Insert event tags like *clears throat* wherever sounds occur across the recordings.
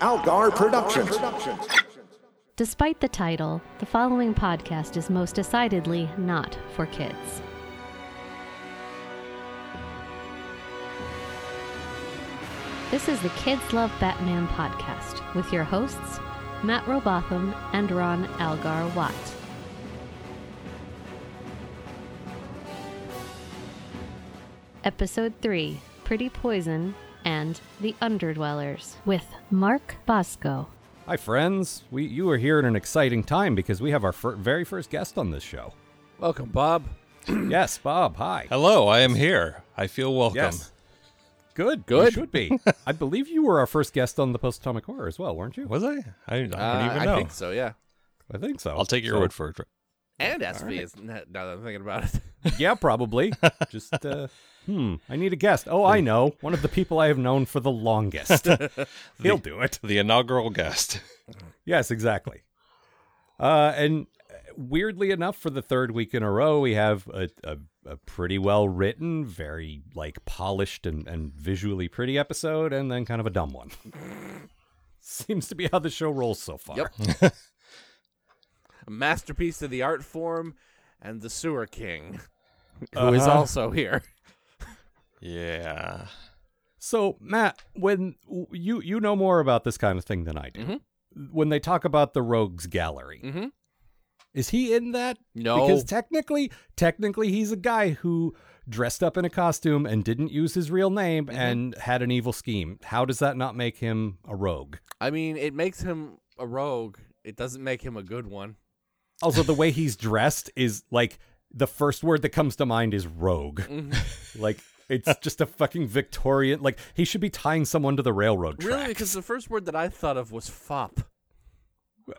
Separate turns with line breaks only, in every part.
Algar Productions.
Despite the title, the following podcast is most decidedly not for kids. This is the Kids Love Batman podcast with your hosts, Matt Robotham and Ron Algar Watt. Episode 3 Pretty Poison and the Underdwellers with Mark Bosco.
Hi, friends. We you are here at an exciting time because we have our fir- very first guest on this
*clears throat*
show.
Welcome, Bob.
yes, Bob. Hi.
Hello, I am here. I feel welcome.
Yes. Good. You
Good.
should
*laughs*
be. I believe you were our first guest on the Post Atomic Horror as well, weren't you?
Was I? I, I don't
Uh,
even know.
Uh, I think so, yeah.
I think so.
will take your
So-
word for it.
And SV is now that I'm thinking about it. *laughs*
Yeah,
*laughs*
probably. Just uh, hmm. I need a guest. Oh,
Hmm.
I know. One of the people I have known for the
*laughs*
longest. He'll do it.
The inaugural guest. *laughs*
Yes, exactly. Uh, and weirdly enough, for the third week in a row, we have a, a, a pretty well written, very like polished and, and visually pretty episode, and then kind of a dumb one. *laughs* Seems to be how the show rolls so far.
Yep. A masterpiece of the art form and the sewer
*laughs*
king, who is
Uh-huh.
also here.
Yeah.
So Matt, when w- you you know more about this kind of thing than I do,
Mhm.
when they talk about the Rogues Gallery,
Mm-hmm.
is he in that?
No.
because technically technically he's a guy who dressed up in a costume and didn't use his real name
Mm-hmm.
and had an evil scheme how does that not make him a rogue
I mean, it makes him a rogue. It doesn't make him a good one.
also the way he's dressed is like the first word that comes to mind is rogue
Mhm.
*laughs* like it's just a fucking victorian like he should be tying someone to the railroad track
Really? Because the first word that I thought of was fop.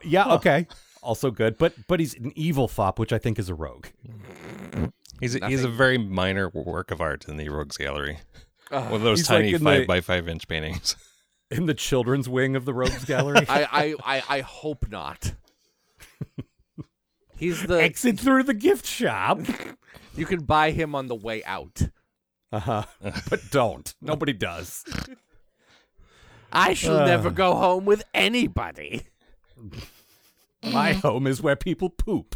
yeah okay also good but but he's an evil fop which i think is a rogue
He's a, he's a very minor work of art in the Rogues Gallery. One of
Uh, He's
those
like
tiny
in
five
the-
by five inch paintings.
in the children's wing of the rogues gallery
*laughs*
*laughs*
I, I, I, I hope not. He's the.
exit through the gift shop
you can buy him on the way out. *laughs*
uh-huh but don't nobody does
I shall
Uh.
never go home with anybody. *laughs*
My home is where people poop.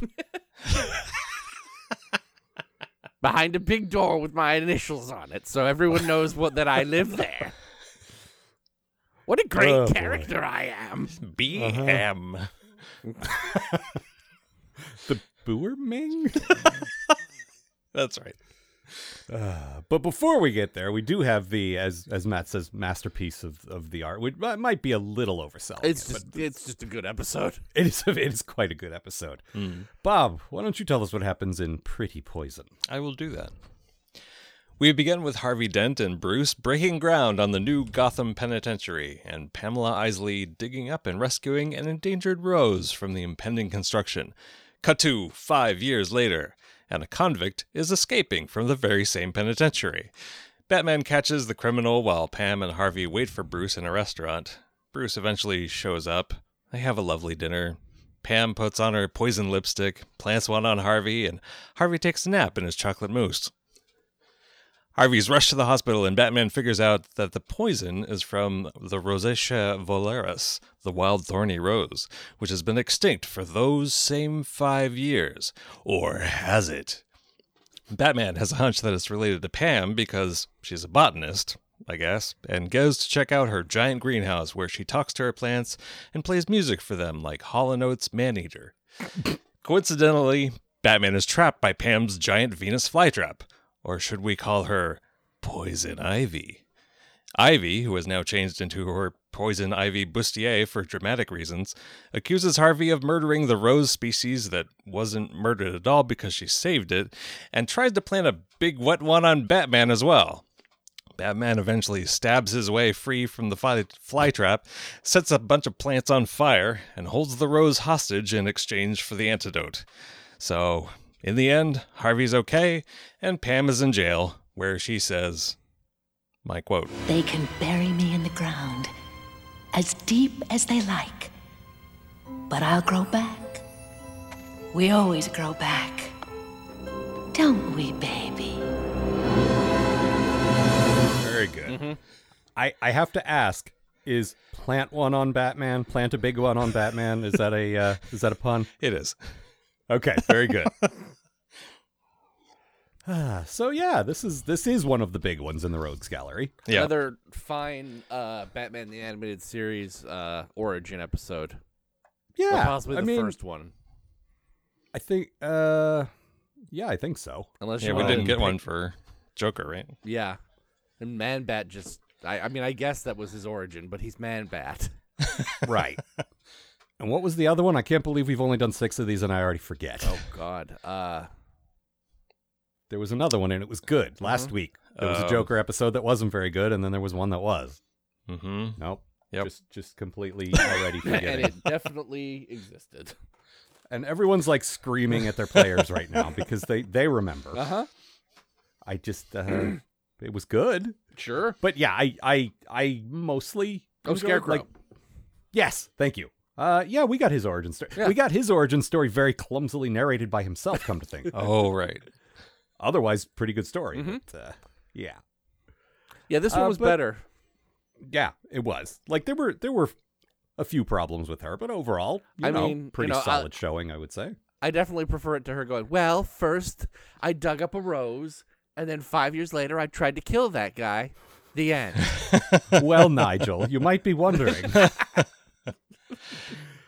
behind a big door with my initials on it, so everyone knows what that I live there. What a great
Oh, boy.
character I am!
BM.
The Boerming?
*laughs* That's right.
but before we get there, we do have the, as as Matt says, masterpiece of, of the art, which uh, might be a little overselling.
It's
it, but
just it's just a good episode.
it is it is quite a good episode.
Hmm.
Bob, why don't you tell us what happens in Pretty Poison?
I will do that. We begin with Harvey Dent and Bruce breaking ground on the new Gotham Penitentiary, and Pamela Isley digging up and rescuing an endangered Rose from the impending construction. Cut to five years later, and a convict is escaping from the very same penitentiary. Batman catches the criminal while Pam and Harvey wait for Bruce in a restaurant. Bruce eventually shows up. They have a lovely dinner. Pam puts on her poison lipstick, plants one on Harvey, and Harvey takes a nap in his chocolate mousse. Harvey's rushed to the hospital, and Batman figures out that the poison is from the Rosacea volaris, the wild thorny rose, which has been extinct for those same five years. Or has it? Batman has a hunch that it's related to Pam because she's a botanist, I guess, and goes to check out her giant greenhouse where she talks to her plants and plays music for them like Hollow Notes Maneater. Coincidentally, Batman is trapped by Pam's giant Venus flytrap, or should we call her Poison Ivy? Ivy, who has now changed into her Poison Ivy bustier for dramatic reasons, accuses Harvey of murdering the rose species that wasn't murdered at all because she saved it, and tries to plant a big wet one on Batman as well. Batman eventually stabs his way free from the fly, fly trap, sets a bunch of plants on fire, and holds the rose hostage in exchange for the antidote. So, in the end, Harvey's okay, and Pam is in jail, where she says, my quote,
They can bury me in the ground as deep as they like, but I'll grow back. We always grow back. Don't we, baby?
Mm-hmm.
Very good. I, I have to ask, is plant one on Batman, plant a big one on Batman. Is that a uh, is that a pun?
It is.
Okay, very
*laughs*
good. Ah, *laughs* so yeah, this is this is one of the big ones in the Rogues Gallery.
Yeah.
Another fine uh, Batman the Animated Series uh, origin episode.
Yeah,
or possibly
I
the
mean,
first one.
I think. Uh, yeah, I think so.
Unless
yeah,
you
we
wanna
didn't get
pick-
one for Joker, right?
Yeah. And Man Bat just. I, I mean, I guess that was his origin, but he's Man Bat.
Right. *laughs* and what was the other one? I can't believe we've only done six of these, and I already forget.
Oh, God. Uh,
There was another one, and it was good
Mm-hmm.
last week. There was a
Oh.
Um,
Joker episode that wasn't very good, and then there was one that was.
Mm-hmm.
Nope.
Yep.
Just just completely
*laughs*
already
and
forgetting.
it definitely existed.
and everyone's like screaming at their players right now because they they remember.
*laughs* Uh huh.
I just uh, it was good,
Sure.
but yeah, I I I mostly
Oh,
enjoyed,
Scarecrow.
like- yes, thank you. Uh, yeah, we got his origin story.
Yeah.
We got his origin story very clumsily narrated by himself. Come to
*laughs*
think,
Oh, right.
otherwise, pretty good story.
Mhm.
But, uh, yeah,
yeah, this one
uh,
was
but-
better.
yeah, it was like there were there were a few problems with her, but overall, you
I
know,
mean, you
pretty
know, I-
solid showing, I would say.
I definitely prefer it to her going, Well, first I dug up a rose, and then five years later I tried to kill that guy. The
*laughs*
end.
well, Nigel, you might be wondering.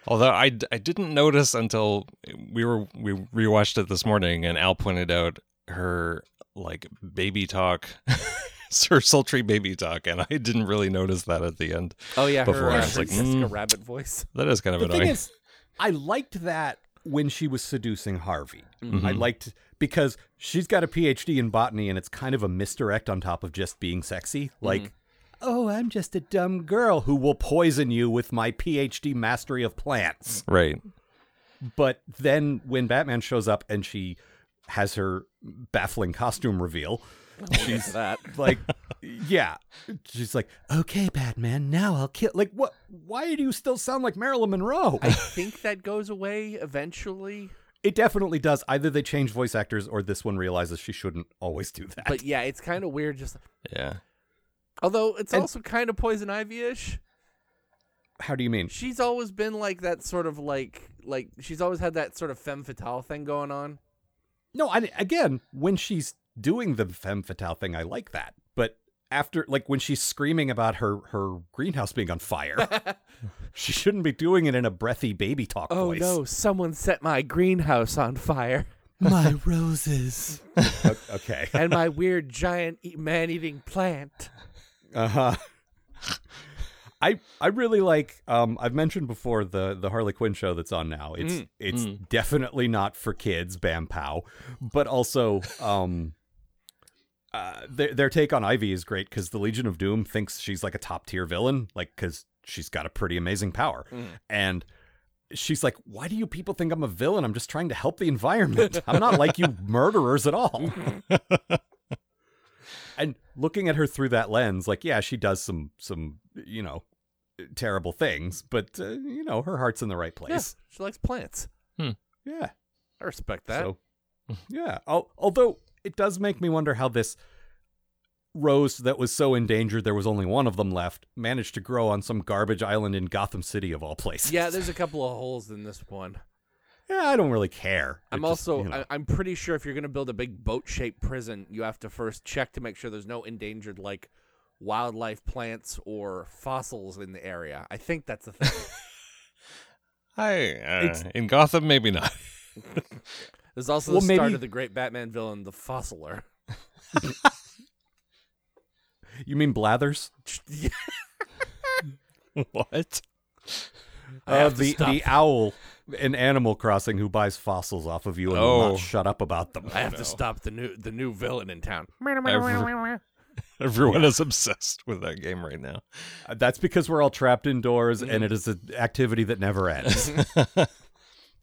Although I, d- I didn't notice until we were we rewatched it this morning, and Al pointed out her like baby talk, *laughs* her sultry baby talk, and I didn't really notice that at the end.
oh, yeah,
Before
her,
I
uh,
was like,
Jessica
mm.
Rabbit voice. *laughs*
That is kind of
the
annoying.
thing is, I liked that when she was seducing Harvey.
Mhm.
I liked because she's got a PhD in botany, and it's kind of a misdirect on top of just being sexy. Like, oh, I'm just a dumb girl who will poison you with my PhD mastery of plants.
right.
But then when Batman shows up and she has her baffling costume reveal,
She's
*laughs*
that.
like yeah she's like okay batman now i'll kill like what why do you still sound like marilyn monroe
I think that goes away eventually.
it definitely does either they change voice actors or this one realizes she shouldn't always do that
But yeah, it's kind of weird. Just
Yeah.
although it's
And-
also kind of poison ivy ish.
how do you mean
She's always been like that sort of like like she's always had that sort of femme fatale thing going on.
no I, again when she's doing the femme fatale thing i like that but after like when she's screaming about her her greenhouse being on
*laughs*
fire she shouldn't be doing it in a breathy baby talk
Oh
voice
no! Someone set my greenhouse on fire.
my roses O- *laughs* okay
and my weird giant e- man-eating plant.
Uh huh. I I really like. Um, I've mentioned before the the Harley Quinn show that's on now. It's it's definitely not for kids, Bam Pow, but also um, uh, their their take on Ivy is great because the Legion of Doom thinks she's like a top tier villain, like because she's got a pretty amazing power, and she's like, "Why do you people think I'm a villain? I'm just trying to help the environment. I'm not like you murderers at all." and looking at her through that lens, like, yeah, she does some some you know terrible things, but uh, you know her heart's in the right
Yeah, *laughs*
place.
she likes plants.
Yeah.
I respect that.
So, yeah. Al- although it does make me wonder how this rose that was so endangered there was only one of them left managed to grow on some garbage island in Gotham City of all places.
yeah, there's a couple of holes in this one.
*laughs* Yeah, I don't really care. It
I'm
just,
also,
you know.
I, I'm pretty sure if you're going to build a big boat-shaped prison, you have to first check to make sure there's no endangered like wildlife, plants, or fossils in the area. I think that's
*laughs*
the thing.
I uh, in Gotham maybe not. *laughs*
There's also
Well,
the
maybe-
start of the great Batman villain, the Fossiler.
you mean Blathers?
*laughs* Yeah,
what?
I
Uh,
have to
the
stop.
the owl in Animal Crossing who buys fossils off of you and will
Oh.
not shut up about them.
I have to stop the new the new villain in town.
*laughs*
Every- everyone is obsessed with that game right now.
Uh, That's because we're all trapped indoors and
Mm.
it is an activity that never
*laughs*
ends.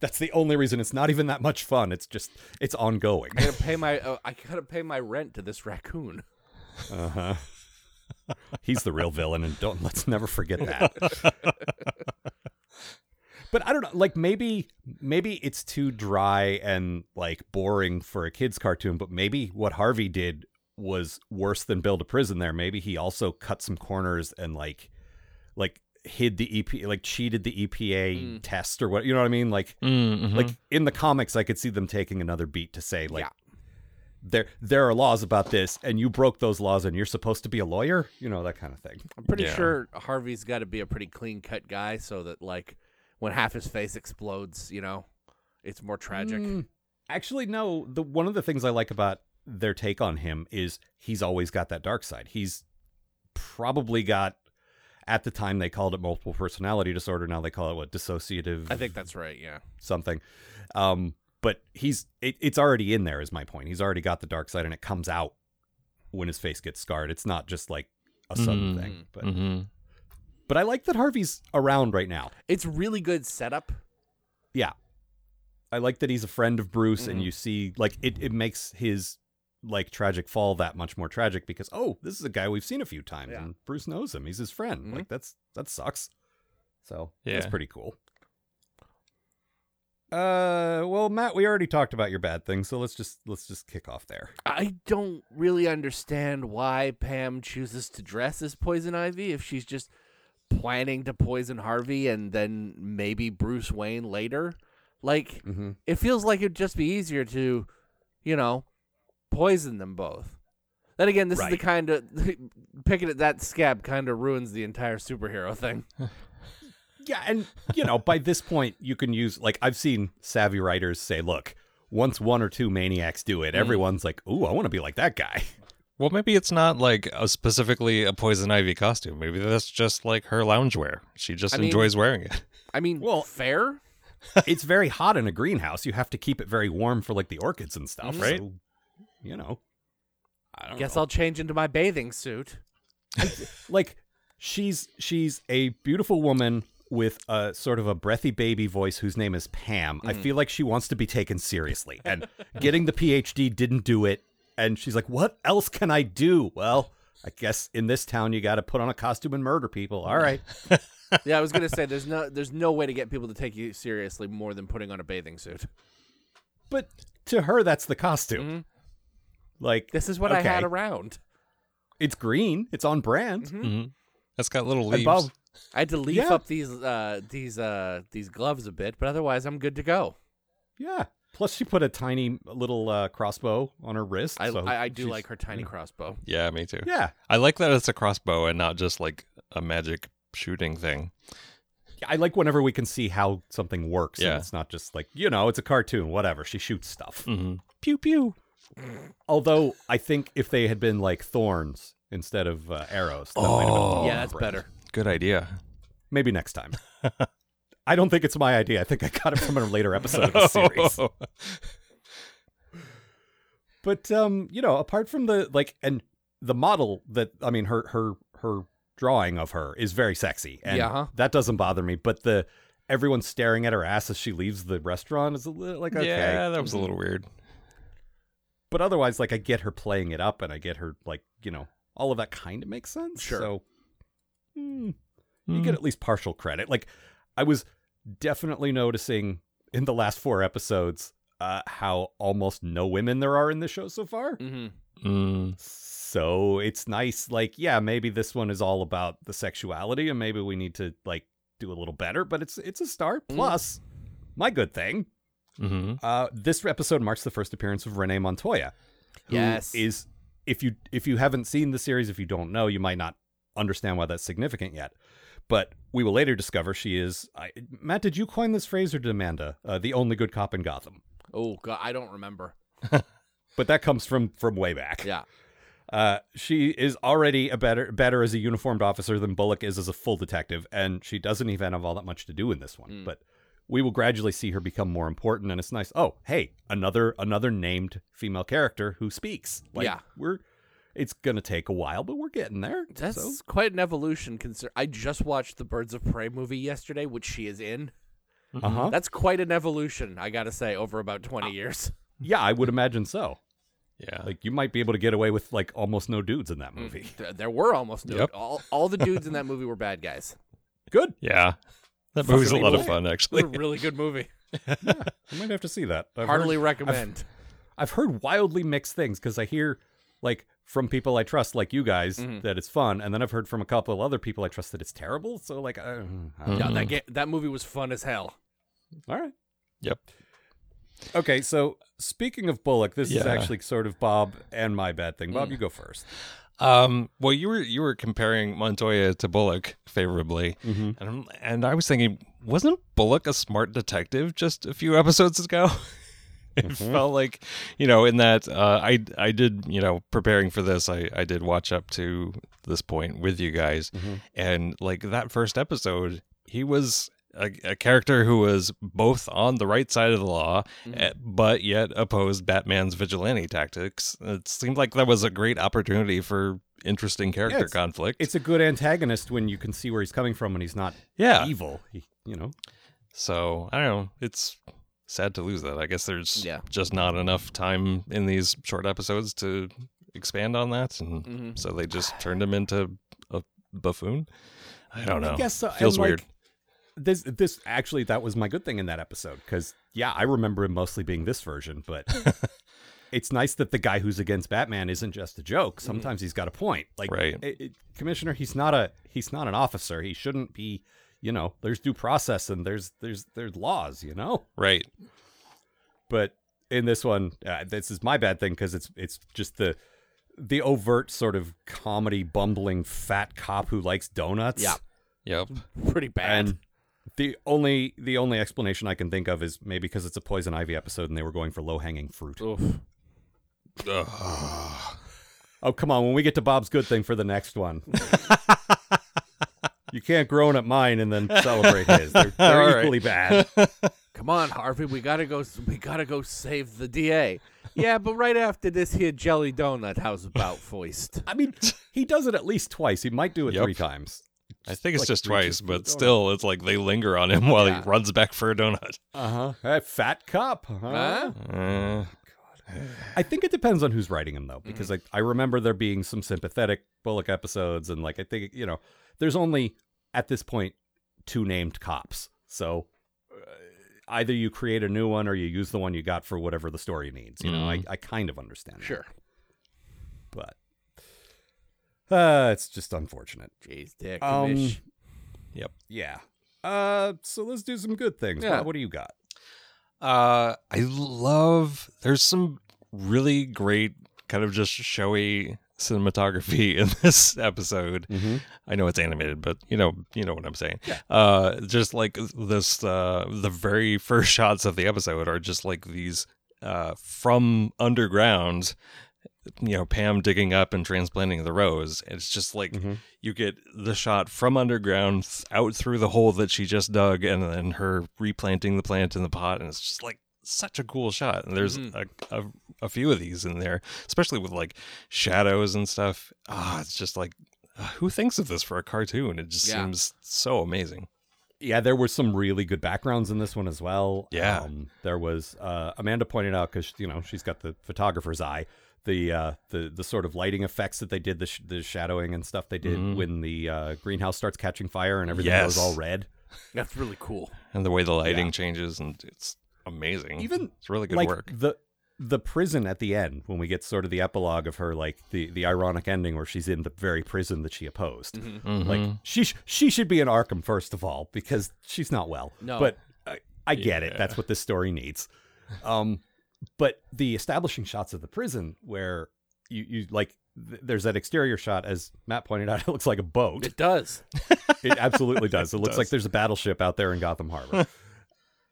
That's the only reason it's not even that much fun. It's just it's ongoing.
I gotta pay my uh, I gotta pay my rent to this raccoon.
Uh-huh. He's the real villain and don't let's never forget that. *laughs* but I don't know, like maybe maybe it's too dry and like boring for a kids cartoon, but maybe what Harvey did was worse than build a prison there. Maybe he also cut some corners and like like hid the EP, like cheated the EPA test or what, you know what I mean? Like,
Mm-hmm.
like in the comics, I could see them taking another beat to say like,
Yeah.
there there are laws about this, and you broke those laws, and you're supposed to be a lawyer, you know that kind of thing.
I'm pretty
Yeah.
sure Harvey's got to be a pretty clean cut guy, so that like when half his face explodes, you know, it's more tragic.
Mm, actually, no. The one of the things I like about their take on him is he's always got that dark side. He's probably got. At the time, they called it multiple personality disorder. Now they call it what dissociative.
I think that's right. Yeah.
something. Um, but he's it, it's already in there. Is my point? He's already got the dark side, and it comes out when his face gets scarred. It's not just like a sudden
Mhm.
thing. But
Mm-hmm.
but I like that Harvey's around right now.
It's really good setup.
Yeah, I like that he's a friend of Bruce, and you see like it it makes his like tragic fall that much more tragic because oh this is a guy we've seen a few times
Yeah.
and Bruce knows him. He's his friend.
Mhm.
Like that's that sucks. So that's
Yeah.
pretty cool. Uh well Matt we already talked about your bad thing so let's just let's just kick off there.
I don't really understand why Pam chooses to dress as Poison Ivy if she's just planning to poison Harvey and then maybe Bruce Wayne later. Like,
Mm-hmm.
it feels like it'd just be easier to, you know, poison them both. Then again, this is
Right.
the kind of *laughs* picking at that scab kind of ruins the entire superhero thing.
Yeah and you know by this point you can use like I've seen savvy writers say look once one or two maniacs do it everyone's like ooh I want to be like that guy.
Well, maybe it's not like a specifically a poison ivy costume. Maybe that's just like her loungewear. She just
I mean-
enjoys wearing it.
I mean,
Well-
fair.
it's very hot in a greenhouse. You have to keep it very warm for like the orchids and
Mm.
stuff,
Right.
So, you know, I don't
Guess
know.
I'll change into my bathing
*laughs*
suit.
like she's she's a beautiful woman with a sort of a breathy baby voice whose name is Pam. I
Mm.
feel like she wants to be taken seriously, and getting the PhD didn't do it. And she's like, "What else can I do?" Well, I guess in this town you got to put on a costume and murder people. All right.
Yeah, I was gonna say there's no there's no way to get people to take you seriously more than putting on a bathing suit.
But to her that's the costume.
Mhm.
Like
This is what I
okay,
had around.
It's green. It's on brand.
Mm-hmm. That's got little
Hmm? And
leaves.
Bob,
I had to leaf
Yeah.
up these uh, these uh, these gloves a bit, but otherwise I'm good to go.
Yeah. Plus, she put a tiny little uh, crossbow on her wrist.
I
so
I, I do
she's-
like her tiny crossbow.
yeah, me too.
Yeah,
I like that it's a crossbow and not just like a magic shooting thing.
I like whenever we can see how something works. and
Yeah.
it's not just like you know, it's a cartoon, whatever. She shoots stuff.
Mm-hmm.
Pew pew. Although I think if they had been like thorns instead of uh, arrows, that might have been
Oh.
more
yeah, that's
brave.
better.
*laughs*
Good idea.
Maybe next
*laughs*
time. I don't think it's my idea. I think I got it from a later episode of
*laughs*
the *laughs* series. But um, you know, apart from the like and the model that I mean her her her drawing of her is very sexy. And
Yeah, huh?
that doesn't bother me, but the everyone staring at her ass as she leaves the restaurant is a little like okay.
Yeah, that was a little weird.
But otherwise like I get her playing it up and I get her like, you know, all of that kind of makes sense.
Sure.
So hmm, you get at least partial credit. Like I was definitely noticing in the last four episodes uh, how almost no women there are in the show so far.
Mm-hmm.
Mm.
So it's nice, like, yeah, maybe this one is all about the sexuality, and maybe we need to like do a little better, but it's it's a start. Plus, my good thing,
hmm
uh, this episode marks the first appearance of Renee Montoya. who
Yes.
Is if you if you haven't seen the series, if you don't know, you might not understand why that's significant yet. But we will later discover she is I, Matt, did you coin this phrase or did Amanda? Uh, the only good cop in Gotham.
Oh god, I don't remember.
But that comes from from way back.
Yeah.
Uh, she is already a better better as a uniformed officer than Bullock is as a full detective, and she doesn't even have all that much to do in this one.
Mm.
But we will gradually see her become more important, and it's nice. Oh, hey, another another named female character who speaks. Like,
Yeah.
we're it's gonna take a while, but we're getting there.
That's
so,
quite an evolution consider I just watched the Birds of Prey movie yesterday, which she is in.
uh huh.
That's quite an evolution, I gotta say, over about twenty years. *laughs*
Yeah, I would imagine so.
Yeah.
Like you might be able to get away with like almost no dudes in
Mm.
that movie. *laughs*
Th- There were almost no
Yep.
all all the dudes in that movie were bad guys.
Good.
yeah. That movie's a
Fucking
lot of
boy.
fun,
It was
actually.
a really good movie.
I might have to see that. I've heard-
Heartily
I've-
recommend.
I've heard wildly mixed things because I hear like from people I trust, like you guys,
Mm-hmm.
that it's fun, and then I've heard from a couple other people I trust that it's terrible. So like, I, mm, I don't
Yeah, that ga- that movie was fun as hell.
all right.
Yep.
Okay, so speaking of Bullock, this is
Yeah. Mm.
actually sort of Bob and my bad thing. Bob, you go first.
Um, well, you were you were comparing Montoya to Bullock favorably, and I'm, and I was thinking, wasn't Bullock a smart detective just a few episodes ago? *laughs* it felt like, you know, in that uh, I I did you know preparing for this, I I did watch up to this point with you guys, and like that first episode, he was. A, a character who was both on the right side of the law, eh, but yet opposed Batman's vigilante tactics. It seemed like that was a great opportunity for interesting character
it's-
conflict.
It's a good antagonist when you can see where he's coming from when he's not
yeah,
evil. He, you know,
So I don't know. It's sad to lose that. I guess there's
Yeah.
just not enough time in these short episodes to expand on that, and
Mhm.
so they just turned him into a buffoon. I don't know.
I guess so.
Feels
and, like,
weird.
this this actually that was my good thing in that episode because yeah, I remember him mostly being this version,
*laughs*
but it's nice that the guy who's against Batman isn't just a joke. Sometimes he's got a point. Like
Mm-hmm. Right.
it- it- Commissioner, he's not a he's not an officer. He shouldn't be. You know, there's due process and there's there's there's laws. You know,
right.
but in this one, uh, this is my bad thing because it's it's just the the overt sort of comedy bumbling fat cop who likes donuts.
Yeah.
Yep.
Pretty bad.
And the only the only explanation I can think of is maybe because it's a poison ivy episode and they were going for low hanging fruit.
Oof.
Oh come on! When we get to Bob's good thing for the next one, you can't groan at mine and then celebrate his. They're,
All
they're
right.
equally bad.
Come on, Harvey, we gotta go. We gotta go save the DA. yeah, but right after this here jelly donut, how's about foist?
I mean, he does it at least twice. He might do it
Yep.
three times.
I think it's
like
just
reaches
twice,
for
but
the donut.
still, it's like they linger on him *laughs* while
Yeah.
he runs back for a donut. *laughs*
Uh-huh. Uh, fat cop. Huh?
Huh?
Uh,
I think it depends on who's writing him though,
Mm-hmm.
because like I remember there being some sympathetic Bullock episodes, and like I think you know, there's only at this point two named cops, so uh, either you create a new one or you use the one you got for whatever the story needs. You know, I, I kind of understand. that,
Mm-hmm. Sure.
but uh, it's just unfortunate.
Jeez, dick.
Um,
commish.
yep.
Yeah. Uh, so let's do some good things.
Yeah.
Bob, What do you got?
Uh, I love. There's some really great kind of just showy cinematography *laughs* in this episode.
Mm-hmm.
I know it's animated, but you know, you know what I'm saying. Uh, just like this, uh, the very *laughs* first shots of the episode are just like these uh, from underground. You know, Pam digging up and transplanting the rose. It's just like you get the shot from underground th- out through the hole that she just dug, and then her replanting the plant in the pot, and it's just like such a cool shot. And there's a, a a few of these in there, especially with like shadows and stuff. Ah, it's just like uh, who thinks of this for a cartoon? It just
Yeah.
seems so amazing.
yeah, there were some really good backgrounds in this one as well.
Yeah.
um, there was. Uh, Amanda pointed out because you know she's got the photographer's eye, the uh, the the sort of lighting effects that they did, the sh- the shadowing and stuff they did when the uh, greenhouse starts catching fire and everything
Mm-hmm. Yes.
goes all red.
That's really cool.
And the way the lighting changes and it's amazing.
Even
Mm. it's really good
like
work.
the the prison at the end when we get sort of the epilogue of her like the the ironic ending where she's in the very prison that she
Mm-hmm.
opposed mm-hmm, like she sh- she should be in arkham first of all because she's not well
No.
but i, I get it that's what this story needs um but the establishing shots of the prison where you you like th- there's that exterior shot as matt pointed out *laughs* it looks like a boat
It does.
it absolutely does. It, looks
does.
like there's a battleship out there in Gotham Harbor.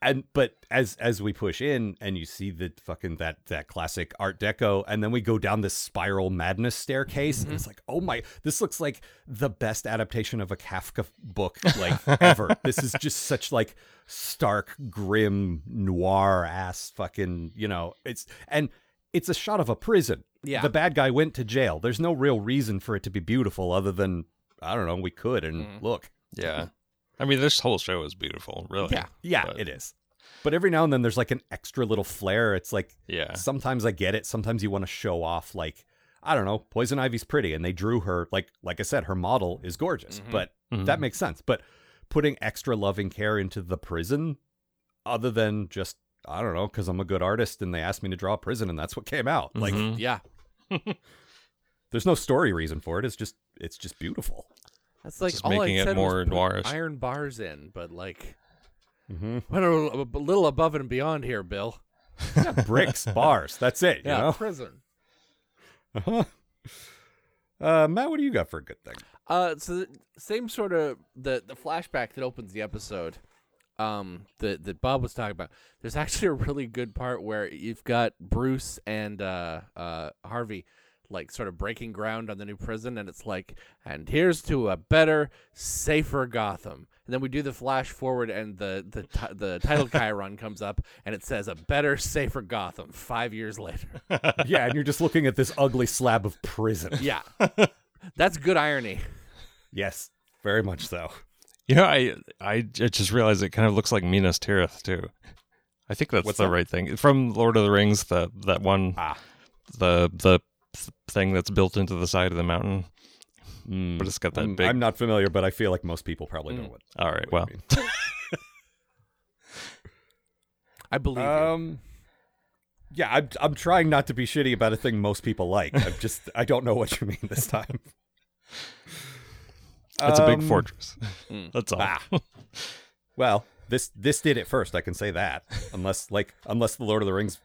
and but as as we push in and you see the fucking that that classic art deco and then we go down this spiral madness staircase and it's like, "Oh my, this looks like the best adaptation of a Kafka book like ever. this is just such like stark grim noir ass fucking, you know, it's and it's a shot of a prison.
Yeah.
The bad guy went to jail. There's no real reason for it to be beautiful other than I don't know, we could and look.
yeah. I mean, this whole show is beautiful, really.
mm-hmm. Yeah,
Oh, But-
it is. But every now and then there's like an extra little flair. It's like
Yeah.
sometimes I get it, sometimes you want to show off like I don't know, Poison Ivy's pretty and they drew her like like I said her model is gorgeous, but that makes sense. But putting extra loving care into the prison other than just I don't know
Hmm.
cuz I'm a good artist and they asked me to draw a prison and that's what came out. Like
Mhm.
Yeah.
There's no story reason for it. It's just it's just beautiful.
That's like
Just
all
making
I
it
said
more
was put
noirish.
Iron bars in, but like
Mm-hmm.
went a little, a little above and beyond here, Bill.
Bricks, bars. That's it.
Yeah,
You
prison.
know. *laughs* uh, Matt, what do you got for a good thing?
Uh, so the same sort of the the flashback that opens the episode, um, that that Bob was talking about. There's actually a really good part where you've got Bruce and uh, uh, Harvey, like sort of breaking ground on the new prison, and it's like, and here's to a better, safer Gotham. And then we do the flash forward, and the the ti- the title Chiron comes up, and it says a better, safer Gotham five years later.
yeah, and you're just looking at this ugly slab of prison.
Yeah, that's good irony.
Yes, very much so.
You know, I, I j- just realized it kind of looks like Minas Tirith too. I think that's
What's
the
that?
right thing from Lord of the Rings. The that one,
Ah.
the the th- thing that's built into the side of the mountain, but it's got that
Hmm. I'm,
big.
Mm, I'm not familiar, but I feel like most people probably know
Mm.
what.
All right, well,
I believe. you.
Um, yeah, I'm I'm trying not to be shitty about a thing most people like. I'm just I don't know what you mean this time.
it's a big
Um, *laughs*
fortress. Hmm. that's all.
ah. Well, this this did it first. I can say that, unless like unless the Lord of the Rings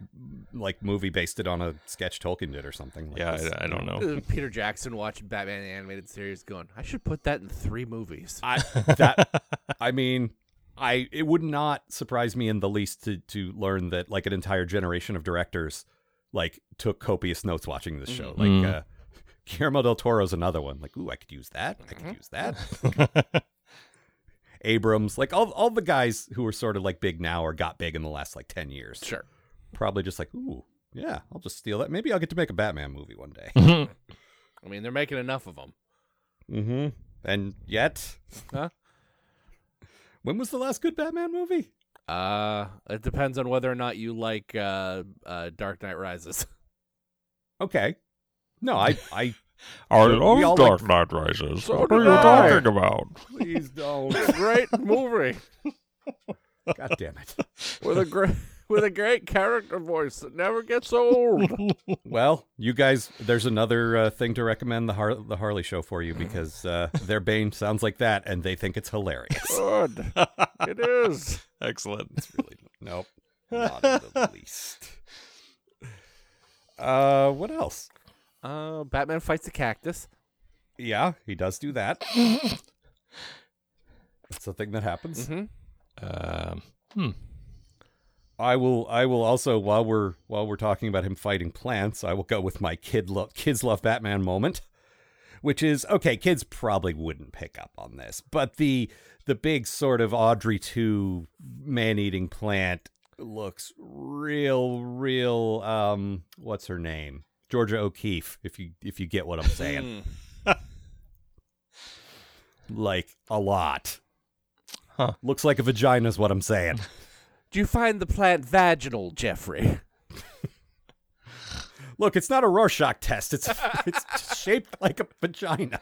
like movie based it on a sketch Tolkien did or something. Like
*laughs* yeah,
this.
I, I don't know.
Uh, Peter Jackson watching Batman the animated series, going, I should put that in three movies.
I that I mean I it would not surprise me in the least to to learn that like an entire generation of directors like took copious notes watching this show. Like
Mhm.
uh Guillermo del Toro's another one. Like, ooh, I could use that. I could use that. Abrams, like all all the guys who are sort of like big now or got big in the last like ten years.
Sure.
Probably just like, ooh, yeah, I'll just steal that. Maybe I'll get to make a Batman movie one day.
I mean, they're making enough of them.
mm-hmm. And yet
Huh?
when was the last good Batman movie?
Uh, it depends on whether or not you like uh, uh, Dark Knight Rises.
Okay. No, I, I
I
We love all Dark
Knight Rises.
So What are did you I. talking
about?
*laughs* please don't.
*laughs* great movie
God damn it.
with a great with a great character voice that never gets old.
*laughs* Well, you guys, there's another uh, thing to recommend the Har- the Harley Show for you because uh, their Bane sounds like that, and they think it's hilarious.
Good, it is.
Excellent.
really, nope, not in the *laughs* least. Uh, what else?
*laughs* Uh, Batman fights a cactus.
Yeah, he does do that. That's the thing that happens.
Um, hmm.
I will. I will also while we're while we're talking about him fighting plants, I will go with my kid love kids love Batman moment, which is okay. Kids probably wouldn't pick up on this, but the the big sort of Audrey two man eating plant looks real, real. Um, what's her name? Georgia O'Keeffe. If you if you get what I'm saying, like a lot.
Huh.
Looks like a vagina is what I'm
*laughs*
saying.
Do you find the plant vaginal, Jeffrey?
Look, it's not a Rorschach test. It's *laughs* it's shaped like a vagina.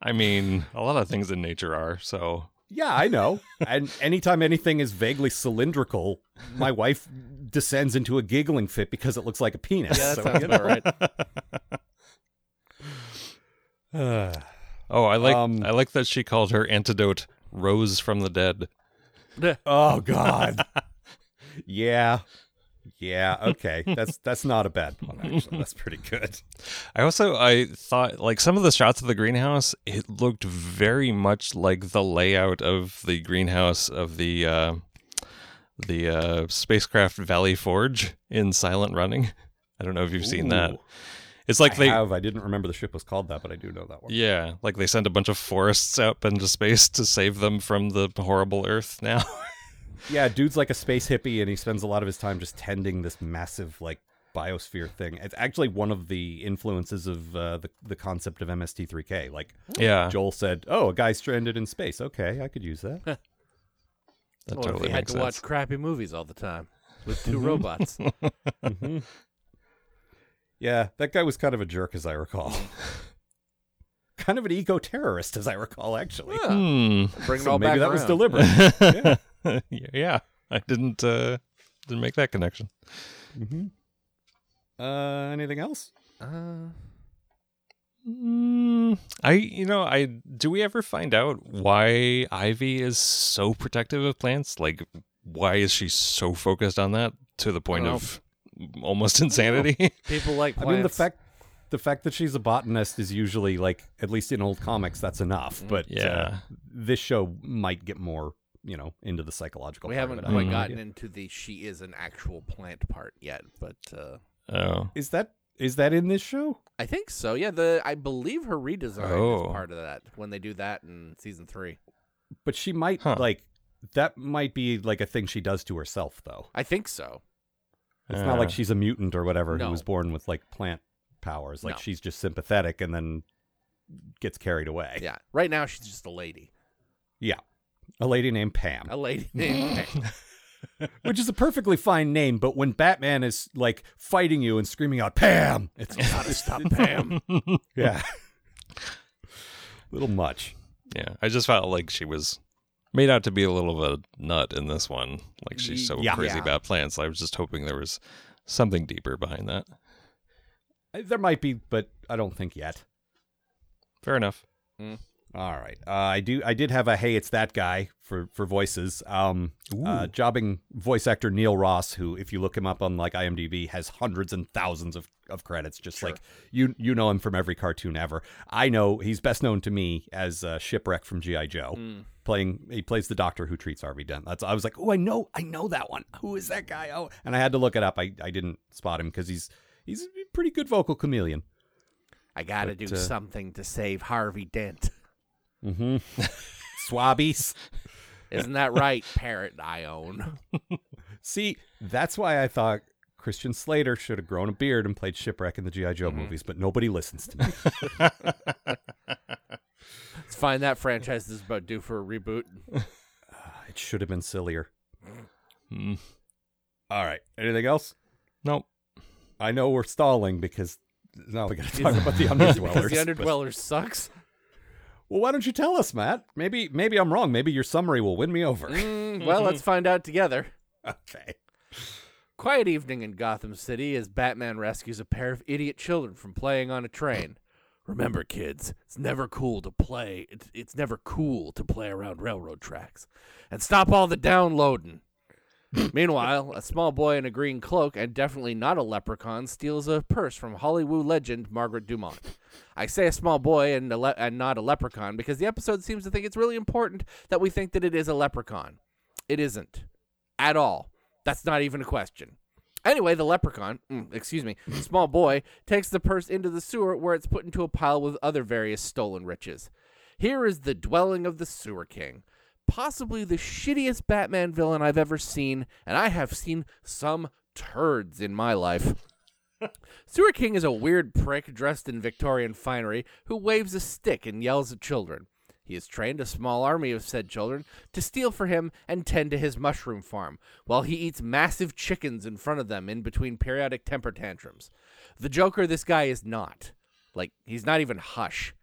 I mean, a lot of things in nature are so.
Yeah, I know. And anytime anything is vaguely cylindrical, my wife descends into a giggling fit because it looks like a penis.
Yeah, that
So,
sounds
you
about right.
know.
Oh, I like
Um,
I like that she called her antidote "Rose from the Dead."
oh
*laughs*
God. yeah. Yeah, okay. That's that's not a bad one actually. That's pretty good.
I also I thought like some of the shots of the greenhouse, it looked very much like the layout of the greenhouse of the uh, the uh, spacecraft Valley Forge in Silent Running. *laughs* I don't know if you've seen that.
Ooh.
It's like
I
they
have I didn't remember the ship was called that, but I do know that one.
yeah, like they send a bunch of forests up into space to save them from the horrible Earth now. *laughs*
Yeah, dude's like a space hippie, and he spends a lot of his time just tending this massive like biosphere thing. It's actually one of the influences of uh, the the concept of MST3K. Like
yeah,
Joel said, "Oh, a guy stranded in space. Okay, I could use that."
that
Well, if
totally
you had
makes
to
sense.
watch crappy movies all the time with two robots.
Mhm. Yeah, that guy was kind of a jerk, as I recall.
Hmm.
*laughs* kind of an eco terrorist, as I recall, actually.
Yeah.
Hmm.
Bring it
So
all
maybe
back
that was
around.
deliberate.
*laughs*
yeah. Hmm. *laughs* yeah, I didn't uh, didn't make that connection.
uh, anything else?
Uh,
Mm, I you know I do we ever find out why Ivy is so protective of plants? Like why is she so focused on that to the point
I don't
of almost *laughs* insanity?
People like
I
plants.
mean, the fact the fact that she's a botanist is usually like at least in old comics that's enough.
Mm,
But uh,
Yeah.
this show might get more you know into the psychological.
we
part of
haven't
it. Mm-hmm. I
quite
have no
gotten
idea.
into the she is an actual plant part yet, but uh,
oh.
Is that is that in this show?
I think so. Yeah, the I believe her redesign
Oh.
is part of that when they do that in season three.
But she might
Huh.
like that might be like a thing she does to herself though.
I think so.
It's not like
Uh,
she's a mutant or whatever
No.
who was born with like plant powers. Like
No.
she's just sympathetic and then gets carried away.
Yeah. Right now she's just a lady.
Yeah. A lady named Pam,
A
*laughs*
lady named Pam.
which is a perfectly fine name, but when Batman is like fighting you and screaming out Pam,
*laughs*
it's
Gotta stop *laughs* Pam.
yeah. *laughs* little much.
Yeah, I just felt like she was made out to be a little of a nut in this one. Like she's so
Yeah.
crazy
Yeah.
about plants. I was just hoping there was something deeper behind that.
Uh, There might be, but I don't think yet.
Fair enough.
All right. Uh, I do. I did have a hey, it's that guy for for voices. Um, uh, jobbing voice actor Neil Ross, who, if you look him up on like IMDb, has hundreds and thousands of, of credits. Just like you, you know him from every cartoon ever. I know he's best known to me as uh, Shipwreck from GI Joe, playing. He plays the doctor who treats Harvey Dent. That's. I was like, oh, I know, I know that one. Who is that guy? Oh, and I had to look it up. I I didn't spot him because he's he's a pretty good vocal chameleon.
*laughs* I gotta
But,
do
uh,
something to save Harvey Dent.
Mm-hmm. Swabbies.
Isn't
*laughs*
that right, parrot I own?
See, that's why I thought Christian Slater should have grown a beard and played Shipwreck in the G.I.
Mm-hmm.
Joe movies, but nobody listens
*laughs*
to me.
Let's find that franchise is about due for a reboot.
it should have been sillier.
Hmm.
Mm.
All right. Anything else?
Nope.
I know we're stalling because now
*laughs*
we got to talk about the Underdwellers.
Because the
but-
Underdweller
*laughs*
sucks.
well, why don't you tell us, Matt? Maybe maybe I'm wrong. Maybe your summary will win me over.
Mm, well, let's find out together.
*laughs* okay.
Quiet evening in Gotham City as Batman rescues a pair of idiot children from playing on a train. Remember, kids, it's never cool to play. It's, it's never cool to play around railroad tracks. And stop all the downloading. Meanwhile, a small boy in a green cloak and definitely not a leprechaun steals a purse from Hollywood legend Margaret Dumont. I say a small boy and, a le- and not a leprechaun because the episode seems to think it's really important that we think that it is a leprechaun. It isn't. At all. That's not even a question. Anyway, the leprechaun, mm, excuse me, small boy, takes the purse into the sewer where it's put into a pile with other various stolen riches. Here is the dwelling of the sewer king, possibly the shittiest Batman villain I've ever seen, and I have seen some turds in my life. Sewer King is a weird prick dressed in Victorian finery who waves a stick and yells at children. He has trained a small army of said children to steal for him and tend to his mushroom farm, while he eats massive chickens in front of them in between periodic temper tantrums. The Joker, this guy is not. Like, he's not even hush.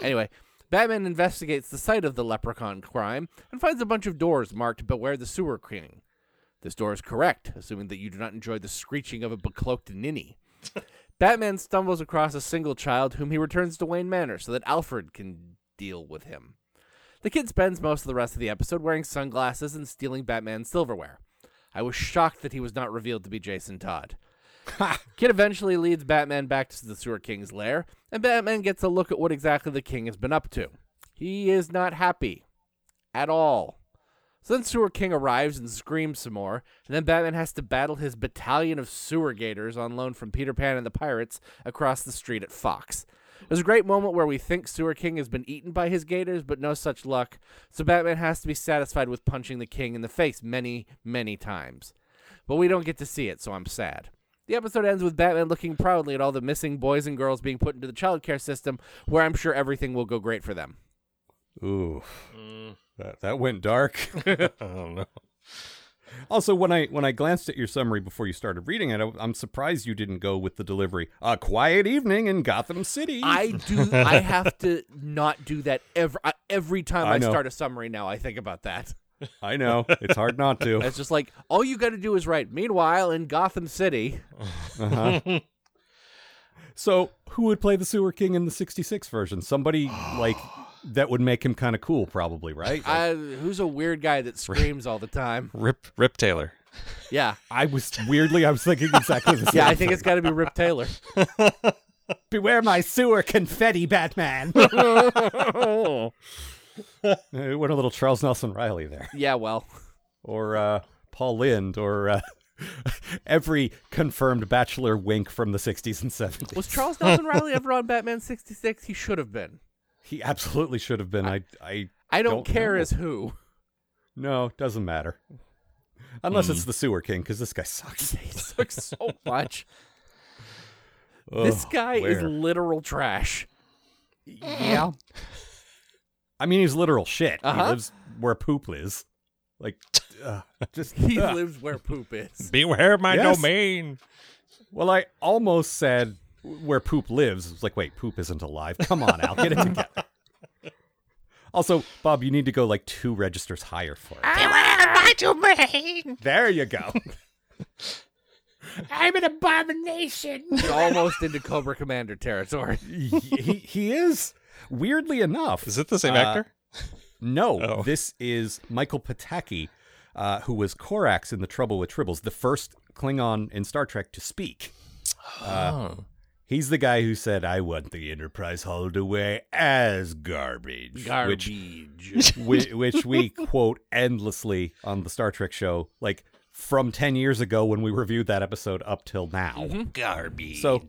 Anyway, Batman investigates the site of the leprechaun crime and finds a bunch of doors marked Beware the Sewer King. This door is correct, assuming that you do not enjoy the screeching of a becloaked ninny. Batman stumbles across a single child whom he returns to Wayne Manor so that Alfred can deal with him. The kid spends most of the rest of the episode wearing sunglasses and stealing Batman's silverware. I was shocked that he was not revealed to be Jason Todd. Kid eventually leads Batman back to the Sewer King's lair, and Batman gets a look at what exactly the king has been up to. He is not happy. At all. So then Sewer King arrives and screams some more, and then Batman has to battle his battalion of sewer gators on loan from Peter Pan and the Pirates across the street at Fox. There's a great moment where we think Sewer King has been eaten by his gators, but no such luck, so Batman has to be satisfied with punching the king in the face many, many times. But we don't get to see it, so I'm sad. The episode ends with Batman looking proudly at all the missing boys and girls being put into the childcare system, where I'm sure everything will go great for them.
Ooh.
Mm.
That, that went
*laughs*
dark. *laughs*
I don't know.
Also, when I when I glanced at your summary before you started reading it, I, I'm surprised you didn't go with the delivery. A quiet evening in Gotham City.
I do. I have to not do that every I- every time
I
I,
know.
start a summary. Now I think about that.
I know it's hard not to.
*laughs* It's just like all you got to do is write. Meanwhile, in Gotham City,
So, who would play the Sewer King in the 66 version? Somebody
*sighs*
like that would make him kind of cool, probably, right? Like,
I, who's a weird guy that screams all the time?
Rip Rip Taylor.
*laughs*
Yeah.
I was weirdly, I was thinking exactly the same.
*laughs* Yeah, I think it's got to be Rip Taylor.
beware my sewer confetti,
*laughs*
Batman. *laughs* Uh, What a little Charles Nelson Riley there,
Yeah, well,
or uh, Paul Lind, or uh, *laughs* every confirmed bachelor wink from the 60s and 70s.
was Charles Nelson Riley ever on Batman 66? He should have been.
He absolutely should have been. I, I,
I don't,
Don't
care
know.
as who. *laughs*
no, doesn't matter. Unless
Hmm.
it's the sewer king, because this guy sucks.
He sucks so much. *laughs* this
Ugh,
guy is
where?
literal trash.
yeah. I mean, he's literal shit. He
Uh-huh.
lives where poop is. Like,
*laughs*
uh, just *laughs*
He
ugh.
lives where poop is.
Beware my
Yes.
domain.
Well, I almost said where poop lives. It's like, wait, poop isn't alive. Come on, Al,
*laughs*
get it together. Also, Bob, you need to go like two registers higher for it. Beware my domain. There you go. I'm an abomination.
He's almost into Cobra Commander territory.
he, he he is weirdly enough.
Is it the same
Uh,
actor?
No,
Oh.
this is Michael Pataki, uh, who was Korax in The Trouble with Tribbles, the first Klingon in Star Trek to speak. Uh,
oh.
He's the guy who said, "I want the Enterprise hauled away as garbage," which
Garbage.
which, which we quote endlessly on the Star Trek show, like from ten years ago when we reviewed that episode up till now.
Garbage.
So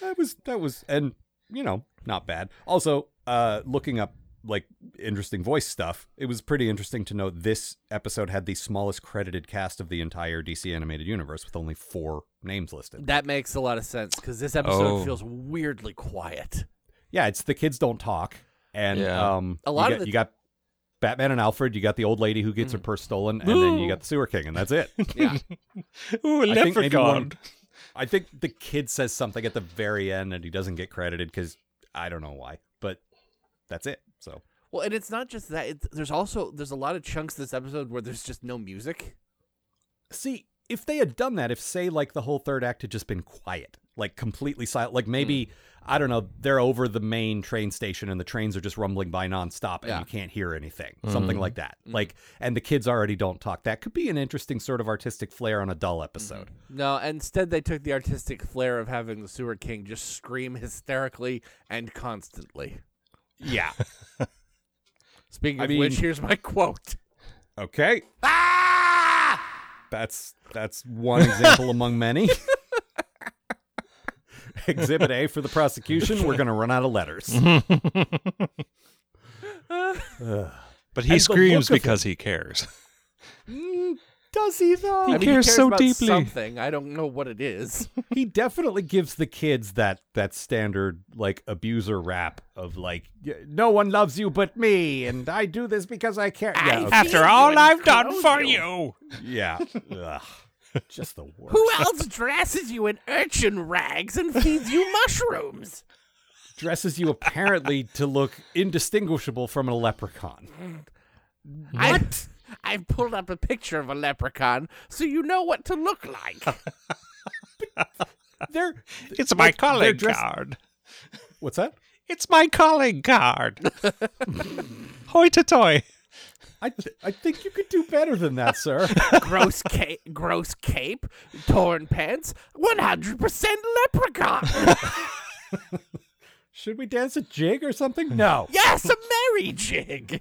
that was that was and you know not bad. Also, uh, looking up like interesting voice stuff, it was pretty interesting to know this episode had the smallest credited cast of the entire DC animated universe with only four names listed.
that makes a lot of sense because this episode
Oh.
feels weirdly quiet.
yeah, it's the kids don't talk, and
Yeah.
um,
A lot
you got,
of the- Mm.
you got Batman and Alfred, you got the old lady who gets her purse stolen, and then you
Boo!
got the sewer king, and that's
*laughs*
it.
Yeah.
Ooh,
I think maybe one-
leprechaun.
I think the kid says something at the very end, and he doesn't get credited because I don't know why, but that's it. So
well, and it's not just that. It's, there's also there's a lot of chunks this episode where there's just no music.
See, if they had done that, if say like the whole third act had just been quiet, like completely silent, like maybe I don't know, they're over the main train station and the trains are just rumbling by nonstop and
Yeah.
you can't hear anything, something like that. Like, and the kids already don't talk. That could be an interesting sort of artistic flair on a dull episode.
No, instead they took the artistic flair of having the sewer king just scream hysterically and constantly.
Yeah.
Speaking
I
of which,
mean-
here's my
*laughs*
quote.
*laughs* okay. Ah! That's that's one example among many. *laughs* Exhibit A for the prosecution. We're gonna run out of letters.
But
And
he
the
screams
look of
because he cares.
Does he though?
He
I mean,
cares
he cares
so
about
deeply.
Something I don't know what it *laughs* is.
he definitely gives the kids that that standard like abuser rap of like y- no one loves you but me and I do this because I care. Yeah, okay.
After all I've done for you.
yeah. Ugh. Just the worst.
Who else dresses you in urchin rags and feeds you
*laughs*
mushrooms?
dresses you apparently to look indistinguishable from a leprechaun?
What? *laughs* I, I've pulled up a picture of a leprechaun, so you know what to look *laughs* like.
They're
It's my calling
dressed-
card.
what's that?
It's my calling card. *laughs* Hoi to toy.
I th- I think you could do better than that, sir.
gross cape, gross cape, torn pants, one hundred percent *laughs* leprechaun.
Should we dance a jig or something? No.
yes, a merry jig.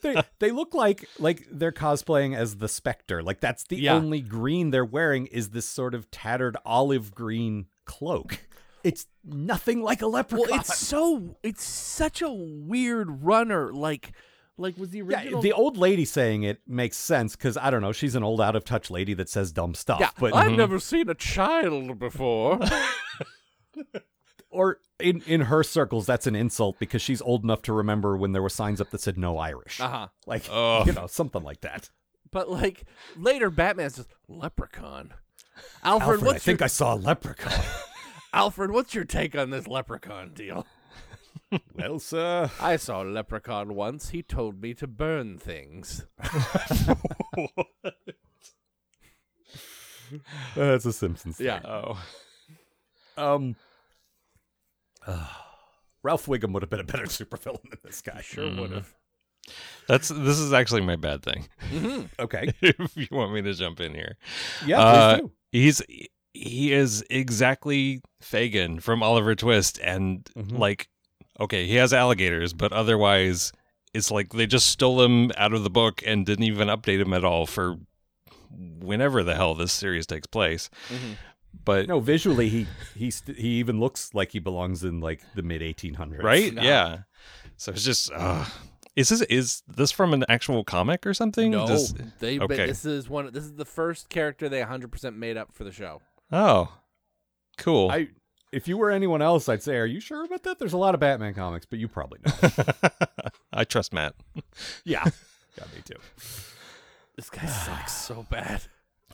they they look like like they're cosplaying as the Spectre. Like that's the
Yeah.
only green they're wearing is this sort of tattered olive green cloak. It's nothing like a leprechaun.
Well, it's so it's such a weird runner. Like, like was
*laughs*
the
yeah,
original
the old lady saying it makes sense because I don't know, she's an old out of touch lady that says dumb stuff.
Yeah,
but
I've never seen a child before.
or in in her circles, that's an insult because she's old enough to remember when there were signs up that said no Irish,
uh-huh.
like
Oh.
you know something like that.
*laughs* But like later, Batman's just leprechaun. Alfred,
Alfred, I
what's
think
your,
I saw a
*laughs*
leprechaun.
Alfred, what's your take on this leprechaun deal?
well, sir,
I saw a leprechaun once. He told me to burn things.
that's a Simpsons.
Yeah.
Oh.
Um, *sighs* Ralph Wiggum would have been a better *laughs* supervillain than this guy.
Sure would have.
That's this is actually my bad thing. *laughs*
*laughs* Okay.
if you want me to jump in here,
Yeah, please
Uh,
do.
he's he is exactly Fagin from Oliver Twist, and
Mhm.
like, okay, he has alligators, but otherwise, it's like they just stole him out of the book and didn't even update him at all for whenever the hell this series takes place.
Mhm.
But
Mm-hmm. No, visually he he st- he even looks like he belongs in like the mid 1800s.
right,
No.
yeah. So it's just, uh, is this is this from an actual comic or something?
No,
Just-
they. but
okay.
This is one. This is the first character they 100% made up for the show.
oh, cool.
I if you were anyone else, I'd say, are you sure about that? There's a lot of Batman comics, but you probably know.
*laughs* *laughs* I trust Matt.
yeah. Yeah, me too.
This guy *sighs* sucks so bad.